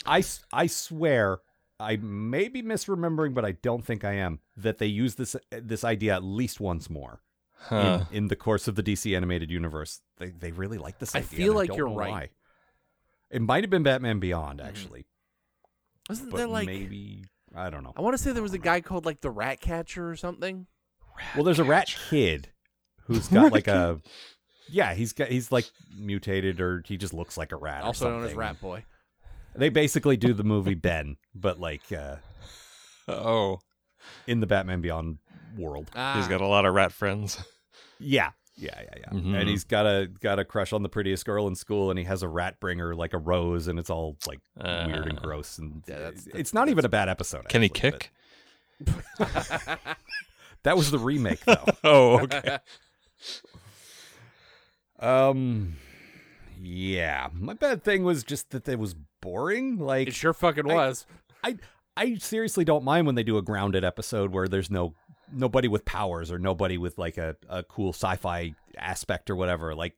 I, s- I swear I may be misremembering, but I don't think I am that they use this this idea at least once more
Huh.
in, in the course of the DC animated universe. They they really like this.
I
idea,
feel
and
like
don't
you're
know
right.
why. It might have been Batman Beyond actually,
Wasn't
but
there like?
maybe I don't know.
I want to say there was a guy called like the Rat Catcher or something.
Well, there's a rat kid
*laughs*
who's got like a yeah, he's got he's like mutated or he just looks like a rat. or
also known as
something.
Rat Boy.
They basically do the movie Ben, but like uh,
*laughs* Oh,
in the Batman Beyond world.
Ah,
he's got a lot of rat friends.
Yeah. Yeah, yeah, yeah.
Mhm.
And he's got a got a crush on the prettiest girl in school, and he has a rat bringer like a rose, and it's all like weird and
Uh,
gross. And
Yeah, that's-
it's not even a bad episode.
Can he
actually, but
kick?
That was the remake, though.
Oh, okay.
um, yeah. My bad thing was just that it was boring. Like
it sure fucking
I-
was.
I I seriously don't mind when they do a grounded episode where there's no nobody with powers or nobody with like a, a cool sci-fi aspect or whatever. Like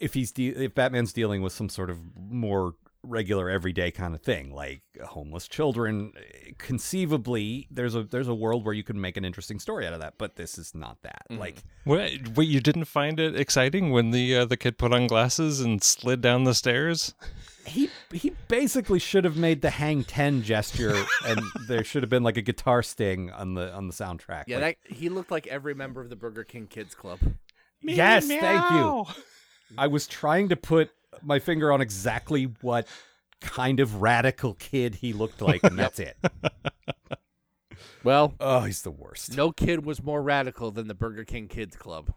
if he's de- if Batman's dealing with some sort of more regular everyday kind of thing like homeless children conceivably there's a there's a world where you can make an interesting story out of that but this is not that like
Wait, wait, you didn't find it exciting when the uh, the kid put on glasses and slid down the stairs?
he he basically should have made the hang 10 gesture and there should have been like a guitar sting on the on the soundtrack
Yeah,
Like,
that he looked like every member of the Burger King Kids Club.
Yes, thank you. I was trying to put my finger on exactly what kind of radical kid he looked like, and that's it.
Well,
Oh, he's the worst.
no kid was more radical than the Burger King Kids Club.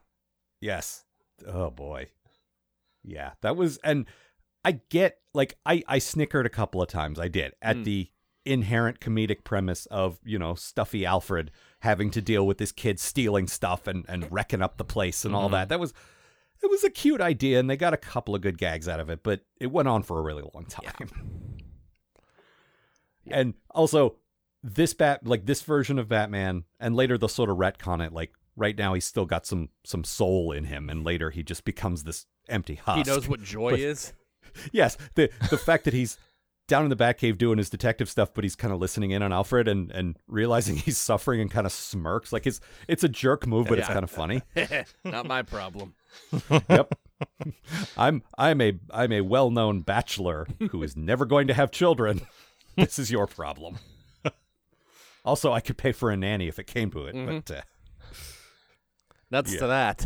Yes. Oh boy. Yeah, that was, and I get like I I snickered a couple of times. I did at
Mm.
the inherent comedic premise of you know stuffy Alfred having to deal with this kid stealing stuff and and wrecking up the place and all
Mm-hmm.
that. That was. It was a cute idea, and they got a couple of good gags out of it, but it went on for a really long time. *laughs* And also, this bat like this version of Batman, and later they'll sort of retcon it. Like right now, he's still got some some soul in him, and later he just becomes this empty husk.
He knows what joy
But-
is. *laughs*
Yes, the the fact that he's down in the Batcave doing his detective stuff, but he's kind of listening in on Alfred and and realizing *laughs* he's suffering and kind of smirks. Like it's it's a jerk move, but it's
Yeah.
kind of funny.
Not my problem.
yep. *laughs* I'm I'm a I'm a well known bachelor who is never going to have children. *laughs* This is your problem. also, I could pay for a nanny if it came to it, but uh,
Nuts to that.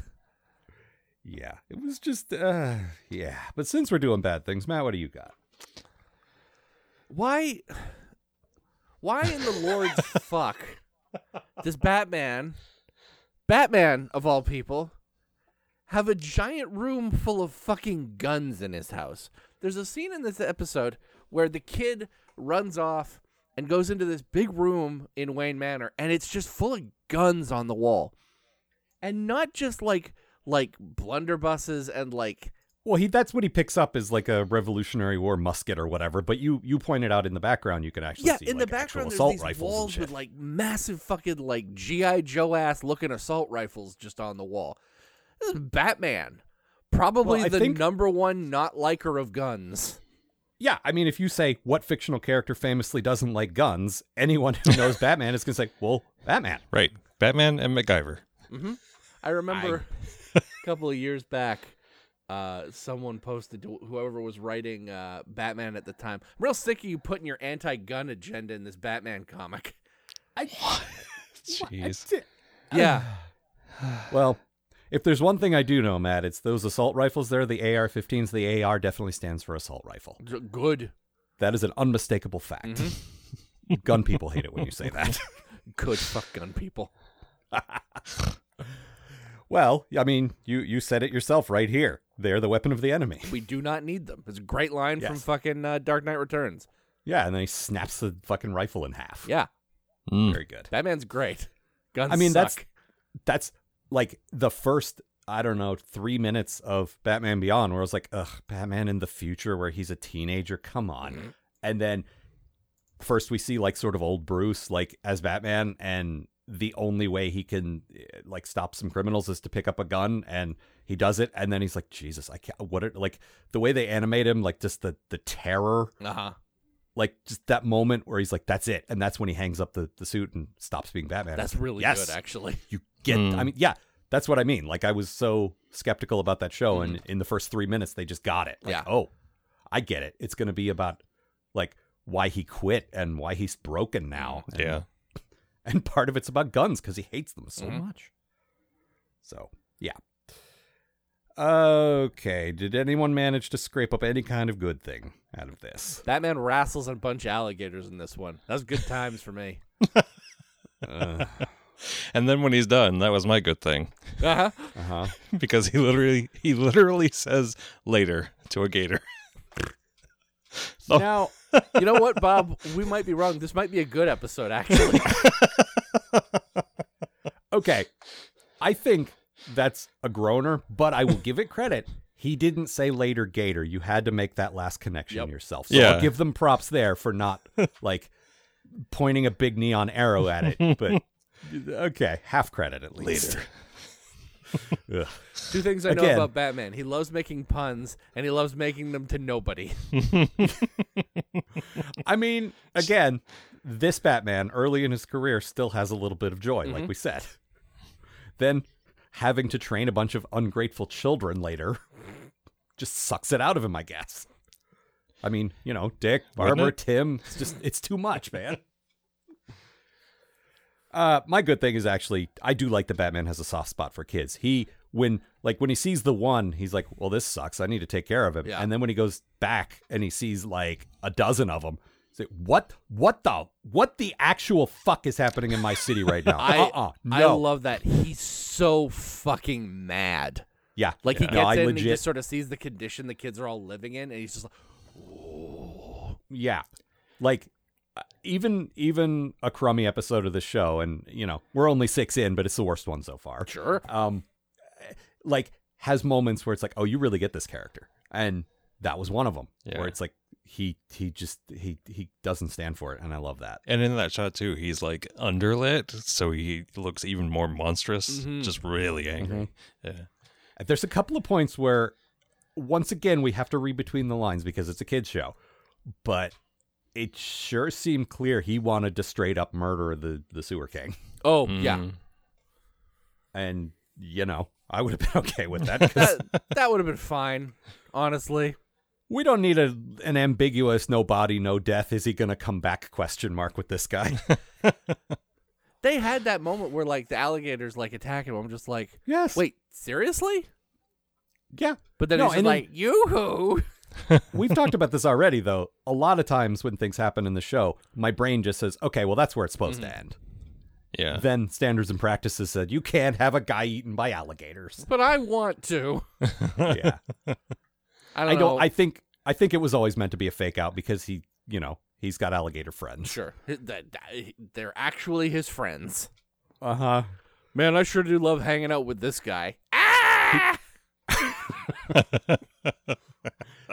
yeah, it was just uh, yeah. But since we're doing bad things, Matt, what do you got?
Why? Why in the Lord's fuck does Batman, Batman of all people, have a giant room full of fucking guns in his house? There's a scene in this episode where the kid runs off and goes into this big room in Wayne Manor, and it's just full of guns on the wall, and not just like like blunderbusses and like
Well, he that's what he picks up is like a Revolutionary War musket or whatever. But you you pointed out in the background you can actually
yeah,
see
in
like,
the
actual
background, there's
assault
these
rifles and
walls
shit.
with like massive fucking like GI Joe ass looking assault rifles just on the wall. This is Batman, probably
Well, I
the
think-
number one not liker of guns.
Yeah, I mean, if you say what fictional character famously doesn't like guns, anyone who
*laughs*
knows Batman is going to say, "Well, Batman."
Right, Batman and MacGyver.
I remember *laughs* a couple of years back, uh, someone posted to whoever was writing uh,
*sighs*
Batman at the time. I'm real sick of you putting your anti-gun agenda in this Batman comic.
I,
Jeez.
Yeah.
well, if there's one thing I do know, Matt, it's those assault rifles there, the AR-15s. The AR definitely stands for assault rifle.
Good.
That is an unmistakable fact.
Mm-hmm.
*laughs* Gun people hate it when you say
*laughs*
that.
Good fuck gun people.
well, I mean, you you said it yourself right here. They're the weapon of the enemy.
We do not need them. It's a great line from
Yes.
fucking uh, Dark Knight Returns.
Yeah, and then he snaps the fucking rifle in half.
Yeah.
Mm.
very good.
Batman's great. *laughs* Guns
I mean, that's
suck.
that's like the first I don't know three minutes of Batman Beyond, where I was like, ugh, Batman in the future, where he's a teenager. Come on, and then first we see like sort of old Bruce, like as Batman, and the only way he can eh, like stop some criminals is to pick up a gun, and he does it, and then he's like, Jesus, I can't. What are like the way they animate him, like just the the terror,
Uh-huh.
like just that moment where he's like, that's it, and that's when he hangs up the the suit and stops being Batman.
That's really
Yes.
good, actually.
you get
Hmm.
i mean yeah that's what i mean like i was so skeptical about that show and in the first three minutes they just got it like,
Yeah.
oh i get it it's going to be about like why he quit and why he's broken now and,
Hmm. Yeah.
and part of it's about guns because he hates them so
Mhm.
much so yeah okay did anyone manage to scrape up any kind of good thing out of this
Batman wrestles a bunch of alligators in this one. That was good times for me.
uh,
And then when he's done, that was my good thing *laughs*
Uh-huh.
uh-huh
because he literally he literally says later to a gator. *laughs* Oh.
Now, you know what, Bob? We might be wrong. This might be a good
*laughs*
episode, actually.
okay. I think that's a groaner, but I will give it credit. He didn't say later Gator. You had to make that last connection
Yep.
yourself. So
Yeah.
I'll give them props there for not like pointing a big neon arrow at it. But okay, half credit at least. *laughs* Ugh.
Two things I know
Again.
about Batman. He loves making puns, and he loves making them to nobody.
I
*laughs*
mean, again, this Batman early in his career still has a little bit of joy,
Mm-hmm.
like we said. Then having to train a bunch of ungrateful children later *laughs* just sucks it out of him, I guess. I mean, you know, Dick,
Wouldn't
Barbara,
it?
Tim, it's just it's too much, man. Uh, my good thing is actually I do like that Batman has a soft spot for kids. He when like when he sees the one, he's like, "Well, this sucks. I need to take care of him."
Yeah.
And then when he goes back and he sees like a dozen of them, he's like, "What? What the? What the actual fuck is happening in my city right now?"
*laughs* I
uh-uh. no.
I love that. He's so fucking mad.
yeah,
Like he
No,
gets
I
in and he
legit-
just sort of sees the condition the kids are all living in, and he's just like,
Yeah. Like uh, even even a crummy episode of the show and you know, we're only 6 in, but it's the worst one so far. *laughs*
"Sure,
Um like has moments where it's like, "Oh, you really get this character." And that was one of them
Yeah.
where it's like he he just he he doesn't stand for it and I love that.
And in that shot too, he's like underlit, so he looks even more monstrous,
Mhm.
just really angry.
There's a couple of points where once again we have to read between the lines because it's a kids show, but it sure seemed clear he wanted to straight up murder the the sewer king.
oh
Mm-hmm.
yeah,
and you know i would have been *laughs* okay with that 'cause
that, that would have been fine, honestly."
we don't need a, an ambiguous no body no death is he gonna come back question mark with this guy
They had that moment where like the alligators like attacking him. I'm just like,
yes
wait, seriously?
yeah
But then
No,
he's just
and then-
like, "Yoo-hoo!" *laughs*
we've talked about this already though a lot of times when things happen in the show my brain just says okay well that's where it's supposed
Mm-hmm.
to end
Uh-huh.
Yeah.
then standards and practices said you can't have a guy eaten by
*laughs*
alligators
But I want to.
yeah
I don't.
i
know.
don't i think i think it was always meant to be a fake out because he you know he's got alligator friends
Sure. Hi- that- that- They're actually his friends.
uh-huh
Man, I sure do love hanging out with this guy. Ah! *laughs*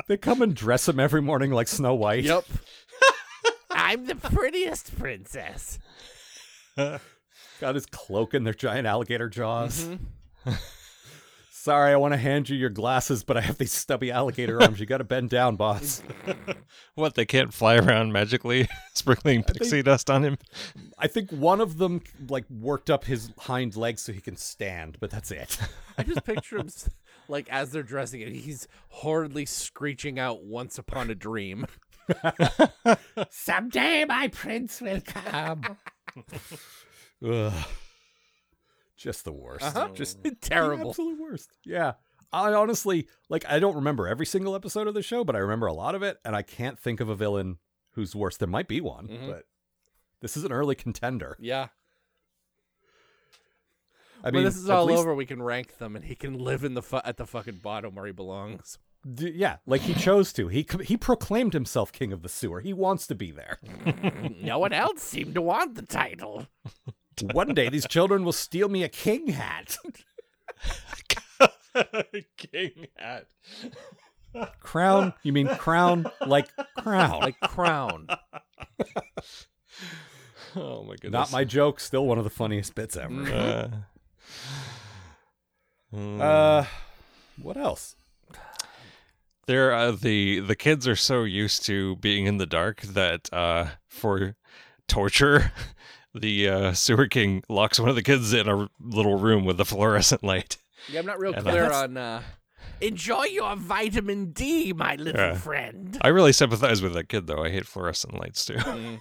they come and dress him every morning like snow white
*laughs* Yep. I'm the prettiest princess.
got his cloak in their giant alligator jaws.
Mm-hmm.
*laughs* Sorry, I want to hand you your glasses, but I have these stubby alligator arms. You got to bend down, boss.
What they can't fly around magically, *laughs* sprinkling pixie dust on him.
I think one of them like worked up his hind legs so he can stand, but that's it. *laughs*
I just picture him s- like as they're dressing it, he's horridly screeching out once upon a dream. *laughs*
Someday my prince will come. Ugh. *laughs* Just the worst.
Uh-huh.
*laughs* Just The
Terrible.
absolute worst. Yeah. I honestly, like, I don't remember every single episode of the show, but I remember a lot of it, and I can't think of a villain who's worse. There might be one,
Mhm.
but this is an early contender.
Yeah.
I
when
mean,
this is
at
all
least-
over, we can rank them, and he can live in the fu- at the fucking bottom where he belongs.
d- yeah, like he chose to. He c- he proclaimed himself king of the sewer. He wants to be
*laughs*
there.
no one else seemed to want the title.
one day, these children will steal me a king hat. *laughs*
*laughs* King hat.
crown? *laughs* You mean crown? Like crown?
Like crown.
Oh my goodness.
Not my joke. Still one of the funniest bits ever.
Uh, mm.
Uh, what else?
They're uh, the the kids are so used to being in the dark that uh, for torture, *laughs* the uh, sewer king locks one of the kids in a r- little room with a fluorescent light.
Yeah, I'm not real
Yeah,
clear
that's-
on. Uh, Enjoy your vitamin D, my little
Yeah.
friend.
I really sympathize with that kid though. I hate fluorescent lights too.
Mm.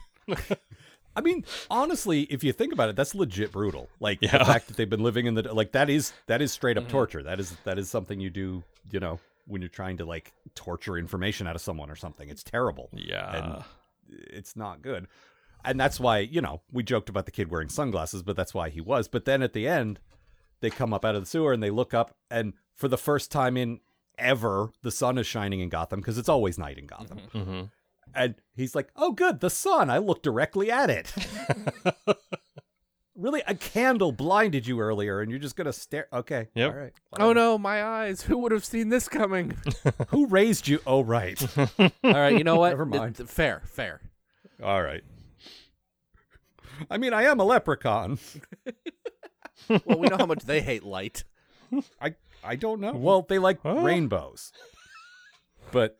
I mean, honestly, if you think about it, that's legit brutal. Like
Yeah. Mm-hmm.
the fact that they've been living in the like that is that is straight up torture. That is that is something you do, you know, when you're trying to like torture information out of someone or something. It's terrible.
*laughs* yeah.
And it's not good. And that's why, you know, we joked about the kid wearing sunglasses, but that's why he was. But then at the end, they come up out of the sewer and they look up and for the first time in ever, the sun is shining in Gotham because it's always night in Gotham.
hmm
And he's like, "Oh, good, the sun. I looked directly at it." *laughs* really, a candle blinded you earlier, and you're just gonna stare. Okay,
Yep.
all right.
Oh no, my eyes! Who would have seen this
*laughs*
coming?
Who raised you? Oh, right.
All right, you know what?
Never
It-
mind.
fair, fair.
all right. I mean, I am a leprechaun.
Well, we know how much they hate light.
I I don't know. Well, they like
Huh?
rainbows, but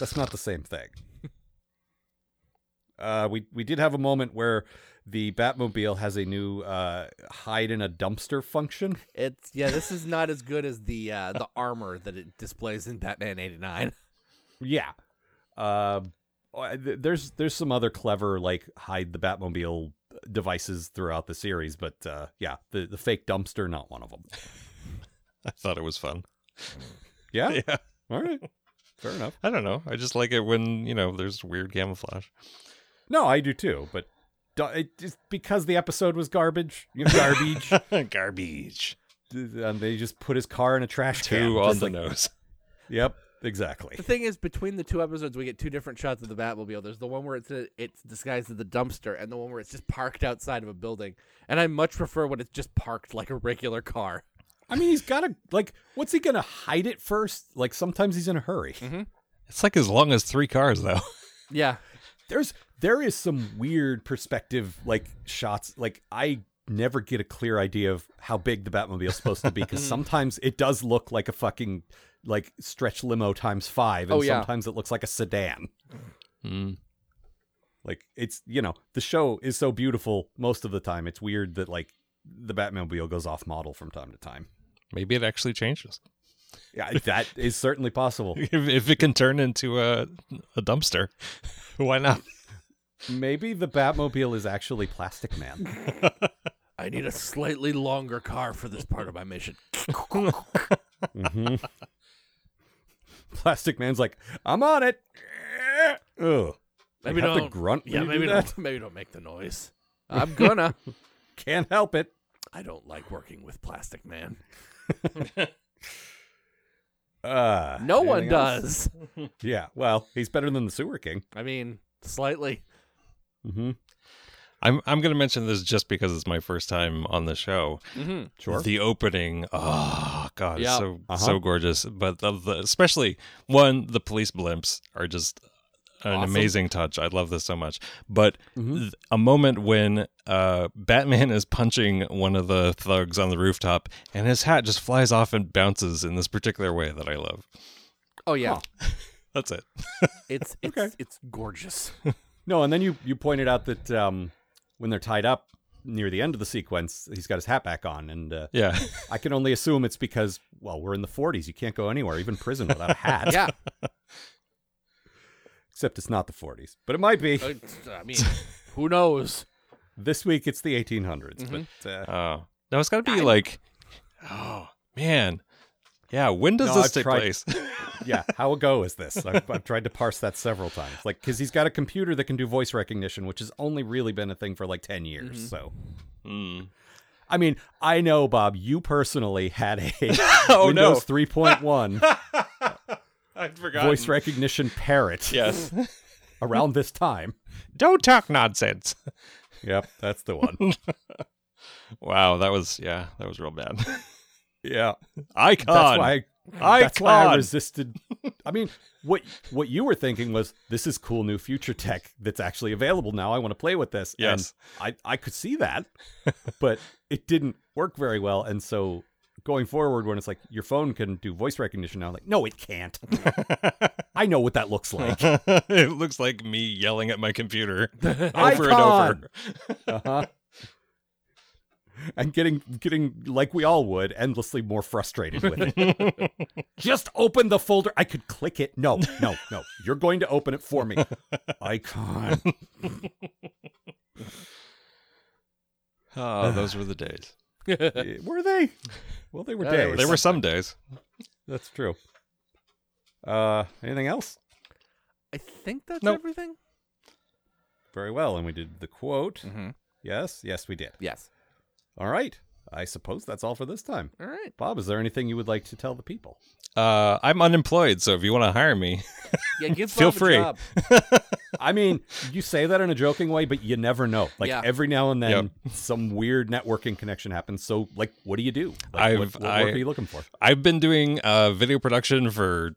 that's not the same thing. *laughs* Uh, we we did have a moment where the Batmobile has a new uh, hide in a dumpster function.
It's yeah. This is not as good as the uh, the armor that it displays in Batman '89.
*laughs* Yeah. Um, uh, th- there's there's some other clever like hide the Batmobile devices throughout the series, but uh, yeah, the the fake dumpster not one of them.
I thought it was fun.
*laughs* Yeah. *laughs*
Yeah.
All right. Fair enough.
I don't know. I just like it when you know there's weird
*laughs*
camouflage.
No, I do too, but du- it, just because the episode was garbage, *laughs* you know, garbage,
Garbage.
th- and they just put his car in a trash can.
Two on
Just
the
like-
nose.
Yep. Exactly.
The thing is, between the two episodes, we get two different shots of the Batmobile. There's the one where it's it's disguised as the dumpster, and the one where it's just parked outside of a building. And I much prefer when it's just parked like a regular car.
I mean, he's got to like. What's he gonna hide it first? Like sometimes he's in a hurry.
Mm-hmm. It's like as long as three cars though.
Yeah,
there's there is some weird perspective like shots like i never get a clear idea of how big the batmobile's supposed to be
*laughs*
because
Mm.
sometimes it does look like a fucking like stretch limo times five and
Oh, yeah.
sometimes it looks like a sedan
Mm.
like it's you know the show is so beautiful most of the time it's weird that like the batmobile goes off model from time to time
Maybe it actually changes. *laughs*
yeah that is certainly possible
if, if it can turn into a a dumpster, *laughs* why not?
maybe the batmobile is actually plastic man *laughs*
I need a slightly longer car for this part of my mission.
Plastic Man's like, I'm on it. *laughs* Ugh.
Maybe
have to
don't-
grunt when
Yeah,
you do
maybe
that?
don't. Maybe don't make the noise.
*laughs*
I'm gonna.
Can't help it.
I don't like working with Plastic Man.
Uh,
No one
anything else?
does.
Yeah. Well, he's better than the Sewer King.
I mean, slightly.
Mm-hmm.
I'm I'm gonna mention this just because it's my first time on the show.
Mm-hmm.
Sure.
The opening, oh god, it's
Yeah.
so
Uh-huh.
so gorgeous. But the, the especially one, the police blimps are just an
Awesome.
amazing touch. I love this so much. But th- a moment when uh, Batman is punching one of the thugs on the rooftop, and his hat just flies off and bounces in this particular way that I love.
Oh yeah,
That's it.
it's it's
Okay.
it's
*laughs*
gorgeous.
no, and then you you pointed out that um, when they're tied up near the end of the sequence, he's got his hat back on, and uh,
Yeah. *laughs*
I can only assume it's because well, we're in the 40s. You can't go anywhere, even prison, without a hat.
*laughs* Yeah, Uh,
Except it's not the 40s, but it might be. *laughs*
It's- I mean, who knows?
This week it's the 1800s,
mm-hmm.
but uh,
Oh. No, it's got to be like, oh, man. Yeah, when does
No,
this
I've
take
tried- *laughs*
place?
yeah, how ago is this? I've, I've tried to parse that several times. Like, because he's got a computer that can do voice recognition, which has only really been a thing for like 10 years. So, Hmm.
Mm.
I mean, I know, Bob, you personally had a *laughs*
Oh, no.
Windows *laughs* 3.1
I *laughs* forgot.
voice recognition parrot
Yes. *laughs*
around this time.
Don't talk nonsense. *laughs*
Yep, that's the one.
Wow, that was, yeah, that was real bad. *laughs*
Yeah.
Icon.
That's why I,
Icon.
that's why I resisted. I mean, what what you were thinking was this is cool new future tech that's actually available now. I want to play with this.
Yes.
And I I could see that, *laughs* but it didn't work very well. And so going forward, when it's like your phone can do voice recognition now, I'm like no, it can't. I know what that looks like.
*laughs* it looks like me yelling at
*laughs*
my computer over and
Icon.
over.
Uh-huh. And getting getting like we all would endlessly more frustrated with it. *laughs* Just open the folder. I could click it. No, no, no. You're going to open it for *laughs* me. Icon.
Oh, those were the days.
Eh, were they? Well, they were
Yeah,
days.
Or
There were some days.
That's true. Uh, anything else?
I think that's
Nope.
everything.
Very well. And we did the quote.
Mhm.
Yes, yes, we did.
Yes.
All right. I suppose that's all for this time.
All right.
Bob, is there anything you would like to tell the people?
Uh, I'm unemployed, so if you want to hire me,
Yeah, give
Feel
Bob a
free. *laughs*
job.
I mean, you say that in a joking way, but you never know. Like
Yeah.
every now and then, some weird networking connection happens. So, like, what do you do? Like, what,
I've-
what work
I-
are you looking for?
I've been doing uh, video production for,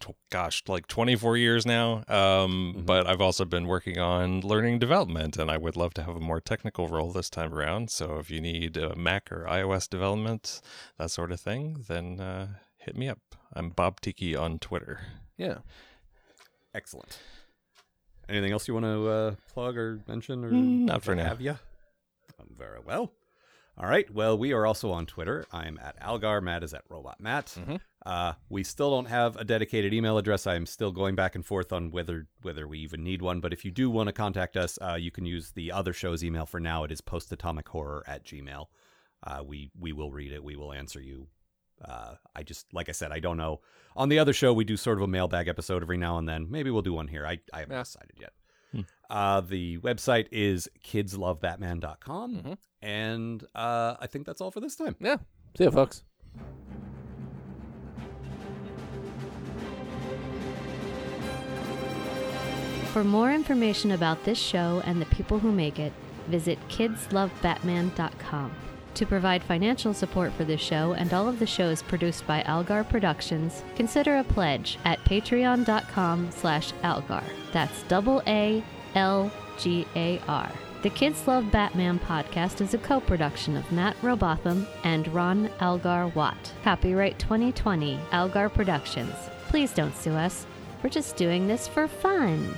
tw- gosh, like 24 years now. Um, But I've also been working on learning development, and I would love to have a more technical role this time around. So if you need uh, Mac or iOS development, that sort of thing, then uh, hit me up. I'm Bob Tiki on Twitter.
Yeah.
Excellent. Anything else you want to uh, plug or mention or
Mm, not for
what
now.
Have you? Um, very well. All right. Well, we are also on Twitter. I'm at Algar. Matt is at Robot Matt.
Mm-hmm.
Uh, we still don't have a dedicated email address. I'm still going back and forth on whether whether we even need one. But if you do want to contact us, uh, you can use the other show's email for now. It is postatomichorror at gmail. Uh, we we will read it. We will answer you. Uh, I just like I said, I don't know. On the other show, we do sort of a mailbag episode every now and then. Maybe we'll do one here. I I haven't
Yeah.
decided yet. Uh, the website is kidslovebatman.com.
Mhm.
And uh, I think that's all for this time.
Yeah. See ya, folks.
For more information about this show and the people who make it, visit kidslovebatman.com. To provide financial support for this show and all of the shows produced by Algar Productions, consider a pledge at patreon.com slash Algar. That's double A L G A R. The Kids Love Batman podcast is a co production of Matt Robotham and Ron Algar Watt. Copyright 2020 Algar Productions. Please don't sue us. We're just doing this for fun.